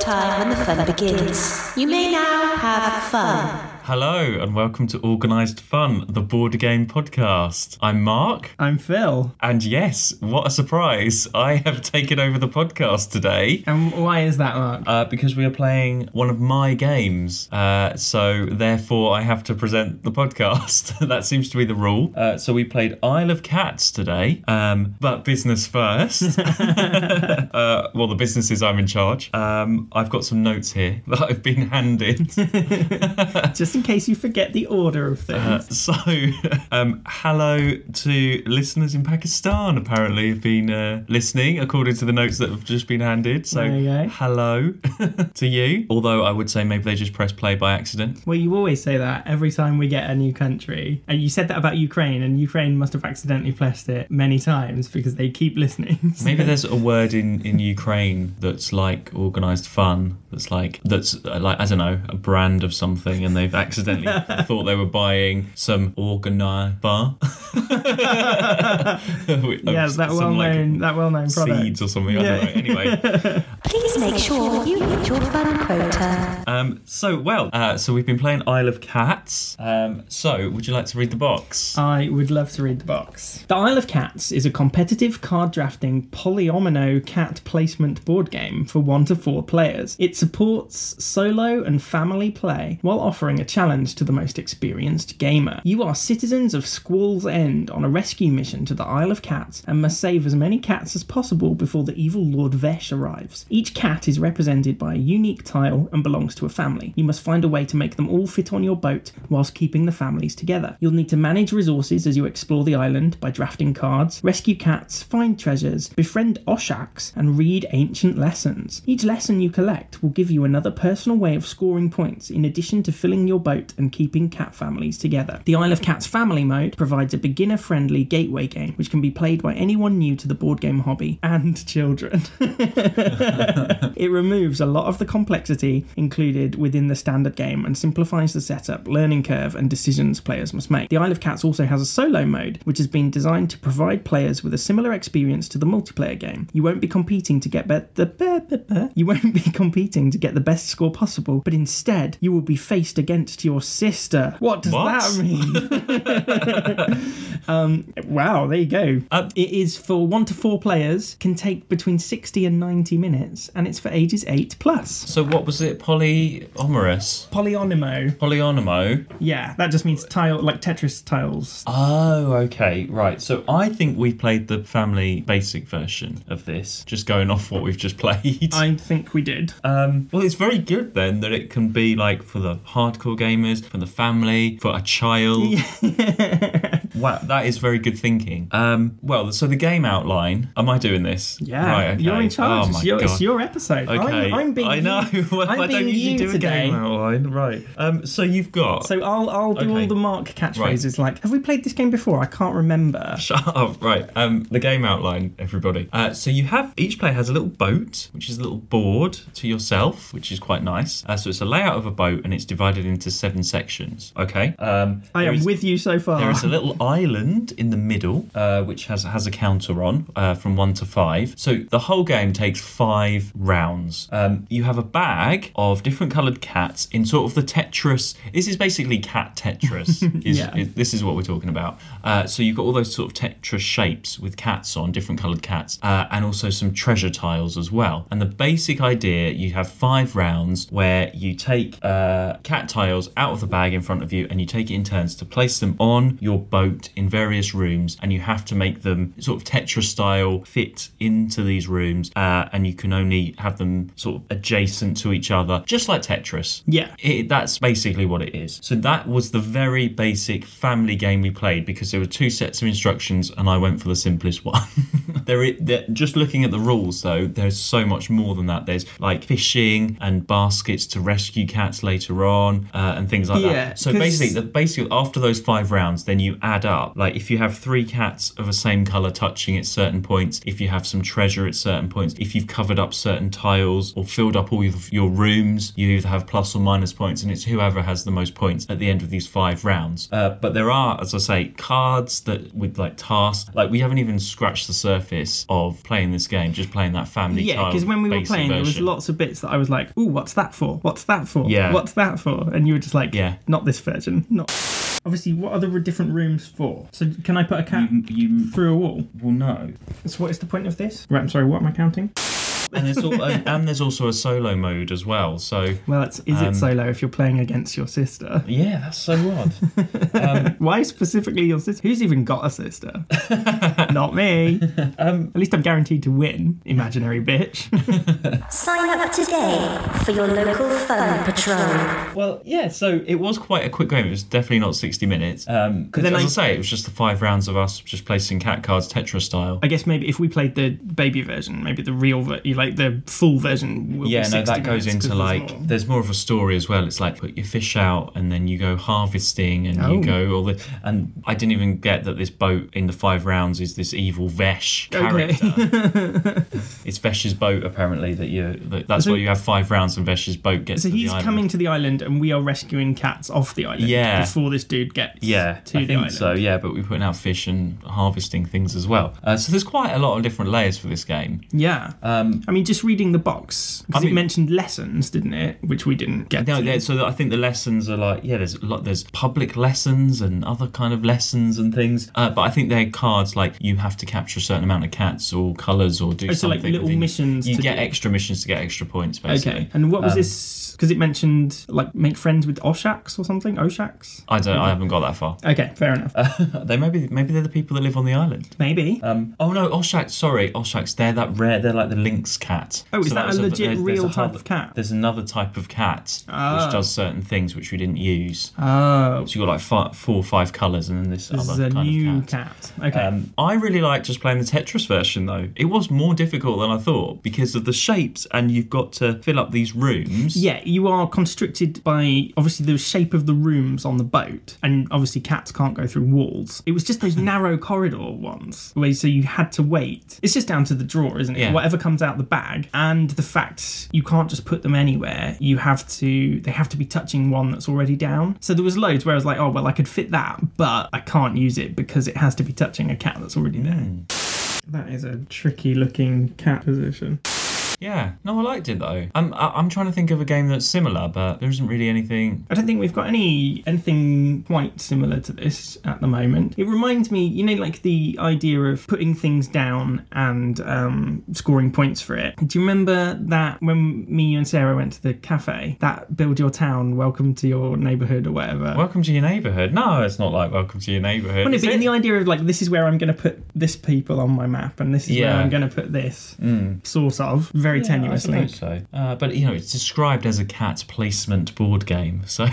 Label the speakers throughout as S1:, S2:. S1: time when the fun begins. You may now have fun.
S2: Hello, and welcome to Organised Fun, the board game podcast. I'm Mark,
S3: I'm Phil.
S2: and yes, what a surprise! I have taken over the podcast today.
S3: And why is that, Mark?
S2: Uh, because we are playing one of my games, uh, so therefore I have to present the podcast. that seems to be the rule. Uh, so we played Isle of Cats today, um, but business first. uh, well, the business is I'm in charge. Um, I've got some notes here that I've been handed.
S3: Just in case you forget the order of things.
S2: Uh, so, um, hello to listeners in Pakistan. Apparently, have been uh, listening according to the notes that have just been handed. So,
S3: There you go.
S2: hello to you. Although I would say maybe they just pressed play by accident.
S3: well, you always say that every time we get a new country. And you said that about Ukraine, and Ukraine must have accidentally pressed it many times because they keep listening.
S2: Maybe there's a word in, in Ukraine that's like organised fun. That's like that's uh, like I don't know a brand of something, and they've accidentally thought they were buying some organised bar.
S3: yeah, that well-known, that well-known product.
S2: um, seeds or something. I
S3: Yeah.
S2: don't know. Anyway.
S1: Please make sure you hit your fun quota.
S2: Um, so well, uh, so we've been playing Isle of Cats. Um, so would you like to read the box?
S3: I would love to read the box. The Isle of Cats is a competitive card drafting polyomino cat placement board game for one to four players. It supports solo and family play while offering a challenge to the most experienced gamer. You are citizens of Squall's End on a rescue mission to the Isle of Cats and must save as many cats as possible before the evil Lord Vesh arrives. Each cat is represented by a unique tile and belongs to a family. You must find a way to make them all fit on your boat whilst keeping the families together. You'll need to manage resources as you explore the island by drafting cards, rescue cats, find treasures, befriend Oshaks, and read ancient lessons. Each lesson you collect will give you another personal way of scoring points in addition to filling your boat and keeping cat families together. The Isle of Cats Family Mode provides a beginner friendly gateway game which can be played by anyone new to the board game hobby and children. It removes a lot of the complexity included within the standard game and simplifies the setup, learning curve, and decisions players must make. The Isle of Cats also has a solo mode, which has been designed to provide players with a similar experience to the multiplayer game. You won't be competing to get be- the be- be- be- you won't be competing to get the best score possible, but instead you will be faced against your sister. What does
S2: What?
S3: that mean? um, wow, there you go. It is for one to four players, can take between 60 and 90 minutes, and it's for ages 8 plus.
S2: So what was it? Polyomorous.
S3: Polyonymo.
S2: Polyonomo.
S3: Yeah, that just means tile, like Tetris tiles.
S2: Oh, okay, right. So I think we played the family basic version of this, just going off what we've just played.
S3: I think we did. Uh,
S2: Um, well, it's very good then that it can be like for the hardcore gamers, for the family, for a child. wow, that is very good thinking. Um, well, so the game outline. Am I doing this?
S3: Yeah,
S2: right, okay.
S3: you're in charge.
S2: Oh my
S3: it's, your, it's
S2: God.
S3: your episode.
S2: Okay,
S3: I'm, I'm being
S2: I know.
S3: You,
S2: Well,
S3: I'm
S2: I
S3: being
S2: don't usually
S3: you
S2: do a
S3: today.
S2: game outline, right? Um, so you've got.
S3: So I'll I'll do
S2: Okay.
S3: all the mark catchphrases like have we played this game before? I can't remember.
S2: Shut up. Right. Um, the game outline, everybody. Uh, so you have each player has a little boat, which is a little board to yourself, which is quite nice. Uh, so it's a layout of a boat, and it's divided into seven sections. Okay. Um,
S3: I
S2: there
S3: am
S2: is-
S3: with you so far.
S2: There is a little island in the middle, uh, which has has a counter on uh, from one to five. So the whole game takes five rounds. Um, you have a bag of different coloured cats in sort of the Tetris. This is basically cat Tetris. is,
S3: Yeah.
S2: is- this is what we're talking about. Uh, so you've got all those sort of Tetris shapes with cats on, different coloured cats, uh, and also some treasure tiles as well. And the basic idea you have five rounds where you take uh, cat tiles out of the bag in front of you and you take it in turns to place them on your boat in various rooms, and you have to make them sort of Tetris style fit into these rooms, uh, and you can only have them sort of adjacent to each other, just like Tetris.
S3: Yeah.
S2: It, that's basically what it is. So that was the very basic family game we played because there were two sets of instructions, and I went for the simplest one. there, is, there, just looking at the rules though, there's so much more than that. There's like fishing and baskets to rescue cats later on, uh, and things like
S3: Yeah,
S2: that. So
S3: 'cause-
S2: basically, the basically after those five rounds, then you add add up. Like if you have three cats of a same color touching at certain points, if you have some treasure at certain points, if you've covered up certain tiles or filled up all of your rooms, you either have plus or minus points, and it's whoever has the most points at the end of these five rounds. Uh, but there are, as I say, cards that with like tasks. Like we haven't even scratched the surface of playing this game. Just playing that family.
S3: Yeah, because
S2: tile
S3: when we were
S2: basic
S3: playing, there was
S2: version.
S3: lots of bits that I was like, "Ooh, what's that for? What's that for?
S2: Yeah.
S3: what's that for?" And you were just like,
S2: Yeah.
S3: not this version, not." Obviously, what are the different rooms for? So, can I put a cat
S2: You- you
S3: through a wall?
S2: will know.
S3: So, what is the point of this? Right, I'm sorry. What am I counting?
S2: and there's all, and, and there's also a solo mode as well. So
S3: Well, it's is
S2: Um,
S3: it solo if you're playing against your sister?
S2: yeah, that's so odd.
S3: Why specifically your sister? Who's even got a sister? Not me.
S2: Um,
S3: At least I'm guaranteed to win, imaginary bitch.
S1: Sign up today for your local phone patrol.
S2: well, yeah. So it was quite a quick game. It was definitely not sixty minutes. Um, because
S3: then
S2: as I,
S3: I-
S2: say, it was just the five rounds of us just placing cat cards Tetris style.
S3: I guess maybe if we played the baby version, maybe the real, ver- like the full version. Will
S2: yeah,
S3: be
S2: no,
S3: 60
S2: that goes
S3: minutes,
S2: into
S3: 'cause there's
S2: like
S3: more.
S2: there's more of a story as well. It's like put your fish out and then you go harvesting and
S3: Oh.
S2: you go all the and I didn't even get that this boat in the five rounds is this evil Vesh
S3: Okay.
S2: character. it's Vesh's boat apparently that you that, that's
S3: So-
S2: where you have five rounds and Vesh's boat gets.
S3: So
S2: to the
S3: he's
S2: island.
S3: coming to the island, and we are rescuing cats off the island.
S2: Yeah.
S3: Before this dude gets.
S2: Yeah,
S3: To
S2: I
S3: the
S2: think
S3: island.
S2: so. Yeah, but we're putting out fish and harvesting things as well. Uh, so there's quite a lot of different layers for this game.
S3: Yeah. Um, I mean, just reading the box because
S2: I mean-
S3: it mentioned lessons, didn't it? Which we didn't get.
S2: No,
S3: to.
S2: yeah, so I think the lessons are like yeah, there's a lot there's public lessons and other kind of lessons and things. Uh, but I think they're cards like you have to capture a certain amount of cats or colours or do
S3: Oh, so,
S2: something.
S3: like, little
S2: within-
S3: missions
S2: You
S3: to
S2: get
S3: do.
S2: extra missions to get extra points basically.
S3: Okay. And
S2: Um,
S3: what was this? Because it mentioned like make friends with Oshaks or something. Oshaks.
S2: I don't. I haven't got that far.
S3: Okay. Fair enough.
S2: They maybe maybe they're the people that live on the island.
S3: Maybe.
S2: Uh, Um, oh no, Oshak. Sorry, Oshaks. They're that rare. They're like the lynx cat.
S3: Oh, is that
S2: was
S3: a legit
S2: there's- there's
S3: real
S2: a
S3: type
S2: hub-
S3: of cat? Ah.
S2: There's another type of cat which does certain things which we didn't use.
S3: oh.
S2: so you got like fi- four or five colours and then this,
S3: This is
S2: other
S3: a
S2: kind
S3: new
S2: of cat.
S3: cat. Okay.
S2: Um, I really like just playing the Tetris version though. It was more difficult than I thought because of the shapes, and you've got to fill up these rooms.
S3: Yeah, you are constricted by obviously the shape of the rooms on the boat, and obviously cats can't go through walls. It was just those narrow corridor ones, where so you had to wait. It's just down to the drawer, isn't it?
S2: Yeah.
S3: Whatever comes out the bag, and the fact you can't just put them anywhere. You have to, they have to be touching one that's already down. So there was loads where I was like, oh well, I could fit that, but I can't use it because it has to be touching a cat that's already there. That is a tricky looking cat position.
S2: Yeah. No, I liked it though. I'm I- I'm trying to think of a game that's similar, but there isn't really anything.
S3: I don't think we've got any anything quite similar to this at the moment. It reminds me, you know, like the idea of putting things down and um, scoring points for it. Do you remember that when me you and Sarah went to the cafe? That build your town, welcome to your neighborhood, or whatever.
S2: Welcome to your neighborhood. No, it's not like Welcome to your neighborhood.
S3: Wouldn't
S2: is
S3: it be
S2: it?
S3: in the idea of like this is where I'm going to put this people on my map, and this is
S2: Yeah. Mm.
S3: where I'm going to put this sort of very tenuous
S2: I
S3: link.
S2: suppose so. Uh, but you know, it's described as a cat placement board game, so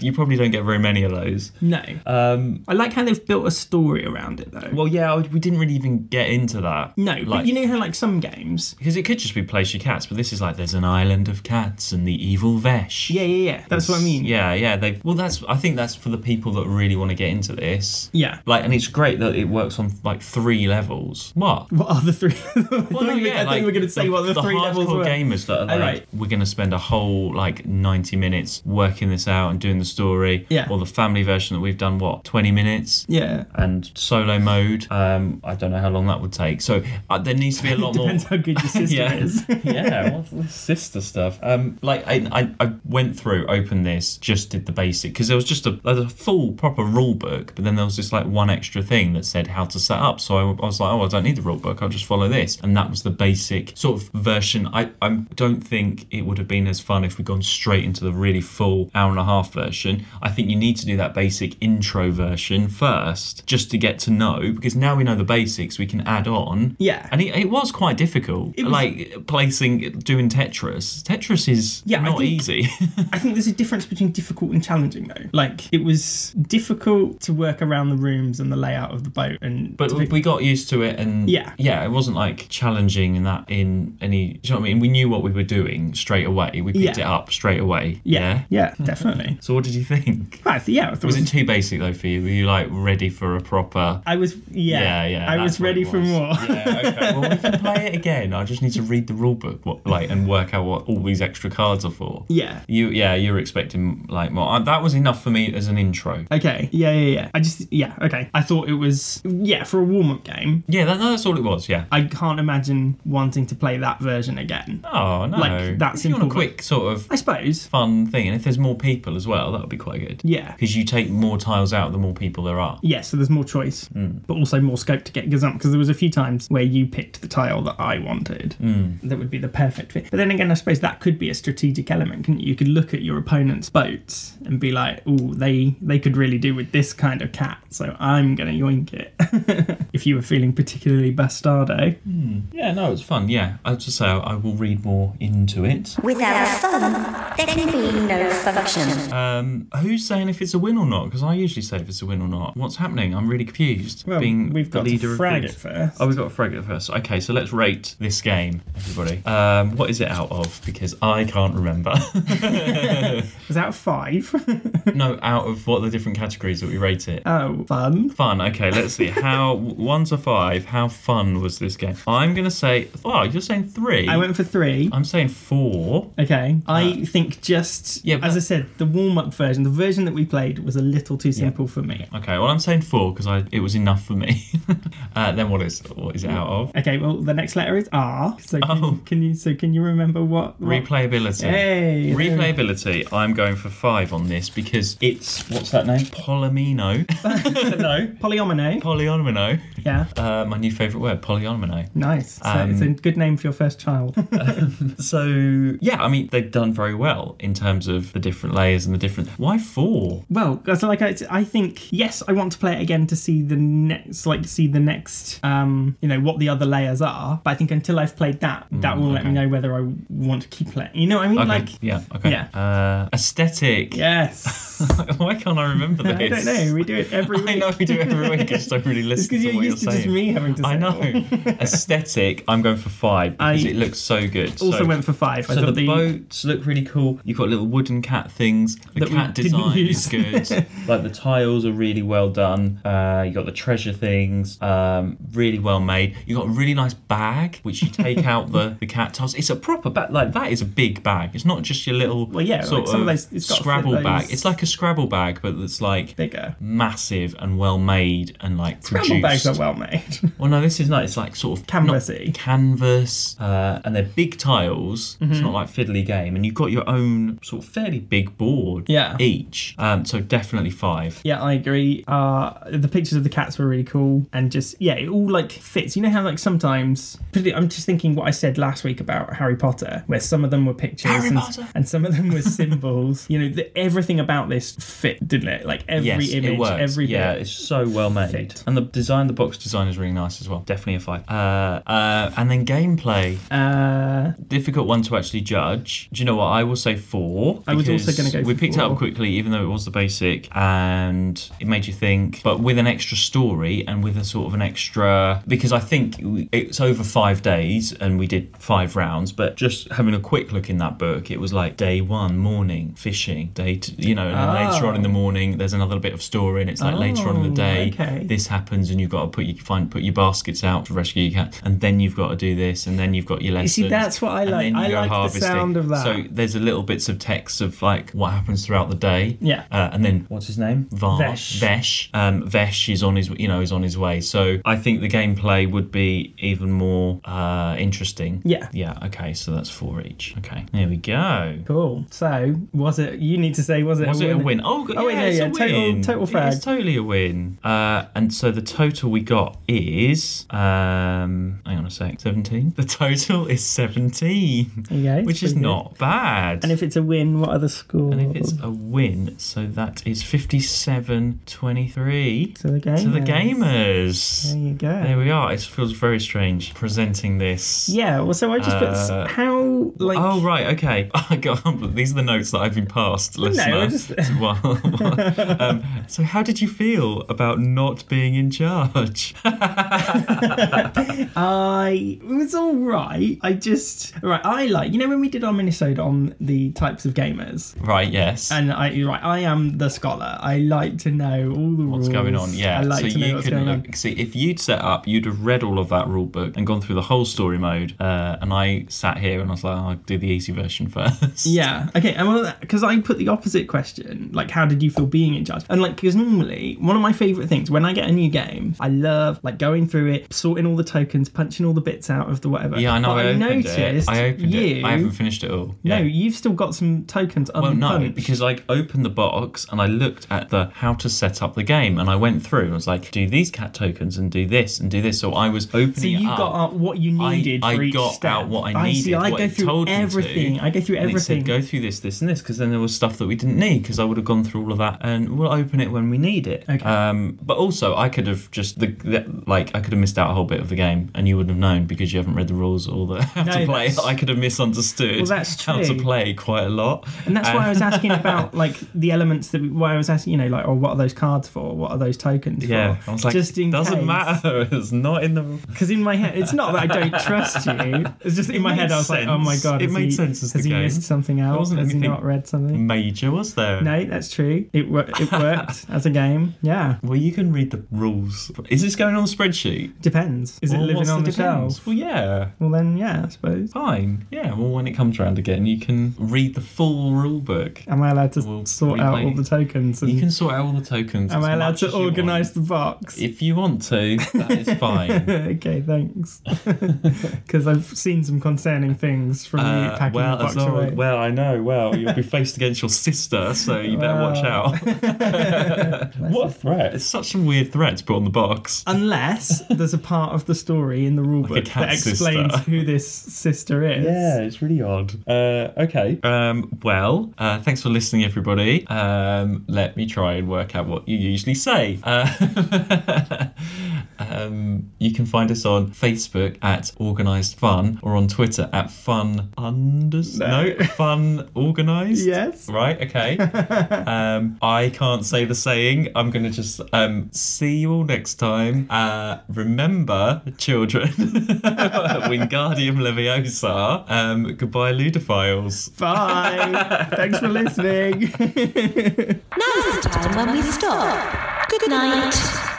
S2: you probably don't get very many of those.
S3: No,
S2: Um,
S3: I like how they've built a story around it though.
S2: Well, yeah, I- we didn't really even get into that.
S3: no,
S2: like,
S3: but you know how like some games
S2: because it could just be place your cats, but this is like there's an island of cats and the evil Vesh.
S3: Yeah, yeah, yeah. That's what I mean.
S2: Yeah, yeah. They well, that's I think that's for the people that really want to get into this.
S3: Yeah.
S2: Like, and it's great that it works on like three levels. What?
S3: What are the three? I thought
S2: Well, no,
S3: you were-
S2: yeah,
S3: I thought you were
S2: like,
S3: going to say what the, three levels
S2: hardcore
S3: were.
S2: gamers that are like,
S3: right.
S2: we're going to spend a whole like 90 minutes working this out and doing the story.
S3: Yeah.
S2: Or the family version that we've done, what, 20 minutes?
S3: Yeah.
S2: and solo mode. Um, I don't know how long that would take. So uh, there needs to be a lot more.
S3: Depends how good your sister
S2: yeah,
S3: is.
S2: yeah. What's the sister stuff? Um, like I, I, I went through, opened this, just did the basic because there was just a, like, a full proper rule book, but then there was just like one extra thing that said how to set up. So I, I was like, oh, I don't need the rule book. I'll just follow this, and that was the basic sort of version. I, I don't think it would have been as fun if we'd gone straight into the really full hour and a half version. I think you need to do that basic intro version first, just to get to know, because now we know the basics, we can add on.
S3: Yeah.
S2: and it, it was quite difficult.
S3: was-
S2: Like placing, doing Tetris. Tetris is
S3: Yeah, I
S2: not
S3: think-
S2: easy.
S3: I think there's a difference between difficult and challenging, though. Like, it was difficult to work around the rooms and the layout of the boat, and
S2: but
S3: to be-
S2: we got used to it, and
S3: Yeah.
S2: yeah, it wasn't like challenging in that in any do you know what I mean? We knew what we were doing straight away. We picked it
S3: Yeah.
S2: up straight away.
S3: Yeah, yeah, definitely.
S2: So what did you think?
S3: I th- yeah, I thought
S2: Was
S3: it
S2: it too basic though for you? Were you like ready for a proper?
S3: I was yeah,
S2: Yeah, yeah.
S3: I
S2: that's
S3: was
S2: what
S3: ready
S2: it
S3: for
S2: was.
S3: more.
S2: Yeah, okay. Well, we can play it again. I just need to read the rule book, what, like, and work out what all these extra cards are for.
S3: Yeah.
S2: You, yeah, you were expecting like more. Uh, that was enough for me as an intro.
S3: Okay. Yeah, yeah, yeah. I just yeah, okay. I thought it was yeah, for a warm-up game.
S2: Yeah, that, no, that's all it was. Yeah.
S3: I can't imagine wanting to play that version again.
S2: Oh no,
S3: Like, that's
S2: if you want a
S3: simple, but-
S2: quick sort of
S3: I suppose.
S2: fun thing, and if there's more people as well, that would be quite good.
S3: Yeah.
S2: Because you take more tiles out, the more people there are.
S3: Yeah, so there's more choice, but also more scope to get gazumped because there was a few times where you picked the tile that I wanted that would be the perfect fit. But then again, I suppose that could be a strategic element, couldn't you? You could look at your opponent's boats and be like, "Oh, they they could really do with this kind of cat, so I'm gonna yoink it." if you were feeling particularly bastardo,
S2: Yeah, no, it's fun. Yeah, I was just say I I will read more into it.
S1: Without fun, there can be no function.
S2: Um, who's saying if it's a win or not? Because I usually say if it's a win or not. What's happening? I'm really confused.
S3: Well, we've got to frag
S2: groups.
S3: it first.
S2: Oh, we've got to frag it first. Okay, so let's rate this game, everybody. Um, what is it out of? Because I can't remember.
S3: was that a five?
S2: no, out of what the different categories that we rate it.
S3: oh, fun.
S2: Fun. Okay, let's see. How one to five? How fun was this game? I'm gonna say. Oh, you're saying three.
S3: I went for three.
S2: I'm saying four.
S3: Okay. I think just
S2: Yeah, but
S3: as I
S2: that-
S3: said, the warm-up version, the version that we played was a little too simple for me.
S2: Okay, well I'm saying four because I it was enough for me. uh, then what is what is it out of?
S3: Okay, well the next letter is R. So can,
S2: Oh.
S3: can you so can you remember what, what
S2: Replayability.
S3: Hey, there we go.
S2: Replayability. I'm going for five on this because it's what's that name? Polymino.
S3: no. Polyomino.
S2: Polyomino.
S3: Yeah.
S2: Uh, my new favourite word, polyomino.
S3: Nice. So it's a
S2: Um,
S3: good name for your first child.
S2: So yeah, I mean they've done very well in terms of the different layers and the different. Why four?
S3: well, that's like I, I think yes, I want to play it again to see the next, like see the next, um, you know, what the other layers are. But I think until I've played that, that will let me
S2: Mm, okay.
S3: know whether I want to keep playing. You know what I mean?
S2: Okay.
S3: Like
S2: yeah. Okay.
S3: yeah.
S2: Uh, aesthetic.
S3: yes.
S2: Why can't I remember this?
S3: I don't know. We do it every week.
S2: I know we do it every week. I just don't really listen
S3: because
S2: to
S3: you're
S2: what
S3: used
S2: you're
S3: to
S2: saying.
S3: just me having to. Say
S2: I
S3: it all.
S2: know. Aesthetic, I'm going for five because
S3: I
S2: it looks so good.
S3: Also
S2: so,
S3: went for five. I
S2: so the,
S3: thought the,
S2: boats look really cool. You've got little wooden cat things. The
S3: That we
S2: cat
S3: didn't
S2: design
S3: use.
S2: is good. like the tiles are really well done. Uh, you got the treasure things, um, really well made. You got a really nice bag which you take out the, the cat tiles. It's a proper bag. Like that is a big bag. It's not just your little
S3: Well, yeah, like
S2: sort
S3: some of
S2: of,
S3: those- it's got to fit
S2: Scrabble bag.
S3: those-
S2: It's like a Scrabble bag, but it's like
S3: bigger.
S2: massive and well made and like
S3: Scramble bags
S2: produced.
S3: are well made.
S2: Well, no, this is not. It's like sort of
S3: Canvasy.
S2: not- canvas, uh, and they're big tiles. It's
S3: Mm-hmm.
S2: not like fiddly game, and you've got your own sort of fairly big board.
S3: Yeah.
S2: Each. Um, so definitely five.
S3: yeah, I agree. Uh, the pictures of the cats were really cool, and just yeah, it all like fits. You know how like sometimes I'm just thinking what I said last week about Harry Potter, where some of them were pictures
S2: Harry
S3: and,
S2: Potter.
S3: and some of them were symbols. you know, the, everything about this fit, didn't it? Like every
S2: Yes,
S3: image,
S2: it works.
S3: every
S2: yeah,
S3: bit.
S2: it's so well made,
S3: Fit.
S2: and the design, the box design is really nice as well. Definitely a five. Uh, uh, and then gameplay,
S3: Uh,
S2: difficult one to actually judge. Do you know what? I will say four.
S3: I was
S2: because
S3: also gonna go
S2: We
S3: for
S2: picked it
S3: four.
S2: up quickly, even though it was the basic, and it made you think. But with an extra story and with a sort of an extra, because I think it's over five days, and we did five rounds. But just having a quick look in that book, it was like day one morning fishing, day t you know, and then
S3: Oh.
S2: later on in the morning there's another bit of story, and it's like later on in the
S3: Oh,
S2: day
S3: okay.
S2: this happens, and you've got to put your find put your baskets out to rescue your cat, and then you've got to do this, and then you've got your
S3: You see,
S2: lessons,
S3: that's what I
S2: and
S3: like.
S2: then you
S3: I
S2: go
S3: like the
S2: harvesting.
S3: sound of that.
S2: So there's a little bits of text of like what happens throughout the day.
S3: Yeah.
S2: Uh, and then what's his name? Var.
S3: Vesh.
S2: Vesh. Um, Vesh is on his you know is on his way. So I think the gameplay would be even more uh, interesting.
S3: Yeah.
S2: Yeah. Okay. So that's four each. Okay. There we go.
S3: cool. So was it? You need to say was it?
S2: Was it a win? Oh, yeah,
S3: Oh, wait, no,
S2: it's
S3: yeah,
S2: a
S3: total-
S2: win.
S3: total
S2: It's
S3: frag.
S2: totally a win. Uh, and so the total we got is um, hang on a sec, seventeen. The total is seventeen,
S3: There you go, it's
S2: which is
S3: pretty good.
S2: not bad.
S3: And if it's a win, what are the scores?
S2: And if it's a win, so that is 57 23
S3: To the
S2: to the
S3: gamers.
S2: gamers.
S3: There you go.
S2: There we are. It feels very strange presenting this.
S3: yeah, well, so I just put s-
S2: Uh,
S3: how like
S2: oh right, okay. I got these are the notes that I've been passed, listener.
S3: I just-
S2: Well, um, so how did you feel about not being in charge?
S3: I it was all right. right. I just right. I like you know when we did our Minnesota on the types of gamers,
S2: Right, yes.
S3: and I you're right. I am the scholar. I like to know all the
S2: what's
S3: rules.
S2: going on. Yeah.
S3: I like
S2: so
S3: to know
S2: you
S3: what's
S2: could
S3: going on.
S2: look, see if you'd set up, you'd have read all of that rule book and gone through the whole story mode. Uh, and I sat here and I was like, I'll do the easy version first.
S3: Yeah. Okay. And because I put the opposite question, like, how did you feel being in charge? And like, because normally one of my favorite things when I get a new game, I love like going through it, sorting all the tokens, punching all the bits out of the whatever.
S2: Yeah, I know.
S3: But
S2: I, opened it.
S3: noticed
S2: I opened
S3: you,
S2: it. I haven't finished it all.
S3: No,
S2: Yeah.
S3: you've still got some tokens unpunched.
S2: Well, no, because I opened the box and I looked at the how to set up the game, and I went through and was like, do these cat tokens and do this and do this. So I was opening.
S3: So you
S2: it up.
S3: got out what you
S2: uh, I-
S3: needed
S2: I
S3: for each
S2: got
S3: step.
S2: out what I
S3: see.
S2: needed,
S3: I
S2: what
S3: go
S2: it
S3: through
S2: told me to,
S3: everything. I go through
S2: And it
S3: everything.
S2: said, go through this, this, and this, because then there was stuff that we didn't need, because I would have gone through all of that, and we'll open it when we need it.
S3: Okay.
S2: Um, but also, I could have just the, the like I could have missed out a whole bit of the game, and you wouldn't have known because you haven't read the rules or the how
S3: No,
S2: to play.
S3: that's-
S2: I could have misunderstood
S3: Well, that's
S2: how to
S3: true.
S2: play quite a lot.
S3: And that's why I
S2: Uh,
S3: was asking about like the elements that. Why I was asking, you know, like, oh, what are those cards for? What are those tokens
S2: Yeah,
S3: for?
S2: I was like,
S3: just in
S2: doesn't
S3: case.
S2: matter. It's not in the
S3: Because in my head, it's not that I don't trust you. It's just in my
S2: made
S3: head, I was like, oh my
S2: sense.
S3: god,
S2: It
S3: has
S2: made
S3: he,
S2: sense as
S3: has
S2: the
S3: he
S2: game.
S3: missed something out?
S2: wasn't
S3: has he
S2: anything-
S3: not read something?
S2: major, was there?
S3: No, that's true. It wor- it worked as a game. Yeah,
S2: Well, you can read the rules. Is this going on the spreadsheet?
S3: depends. Is it
S2: Well,
S3: living
S2: what's
S3: on the,
S2: depends?
S3: shelf?
S2: Well, yeah.
S3: Well, then, yeah, I suppose.
S2: Fine. Yeah, well, when it comes round again, you can read the full rule book.
S3: Am I allowed to
S2: We'll
S3: sort out
S2: replay.
S3: all the tokens? And
S2: You can sort out all the tokens.
S3: am
S2: as
S3: I allowed
S2: much
S3: to
S2: as you want.
S3: organise the box?
S2: If you want to, that is fine.
S3: okay, thanks. Because I've seen some concerning things from you
S2: Uh,
S3: packing
S2: well,
S3: the box
S2: as long-
S3: away.
S2: well, I know. Well, you'll be faced against your sister, so you better watch
S3: Wow.
S2: out. what a threat! It's such a weird threat to put on the box.
S3: Unless there's a part of the story in the rulebook
S2: Like a cat
S3: that explains
S2: sister.
S3: who this sister is.
S2: Yeah, it's really odd. Uh, okay. Um, well, uh, thanks for listening, everybody. Um, let me try and work out what you usually say. Uh, um, you can find us on Facebook at Organised Fun or on Twitter at Fun Unders. No,
S3: No.
S2: Fun Organised.
S3: Yes.
S2: Right. Okay. um, I can't say the saying. I'm gonna just um, see you all next time. Uh, remember, children, Wingardium Leviosa. Um, goodbye, ludophiles.
S3: Bye. Thanks for listening.
S1: Now's the time when we stop. Good night.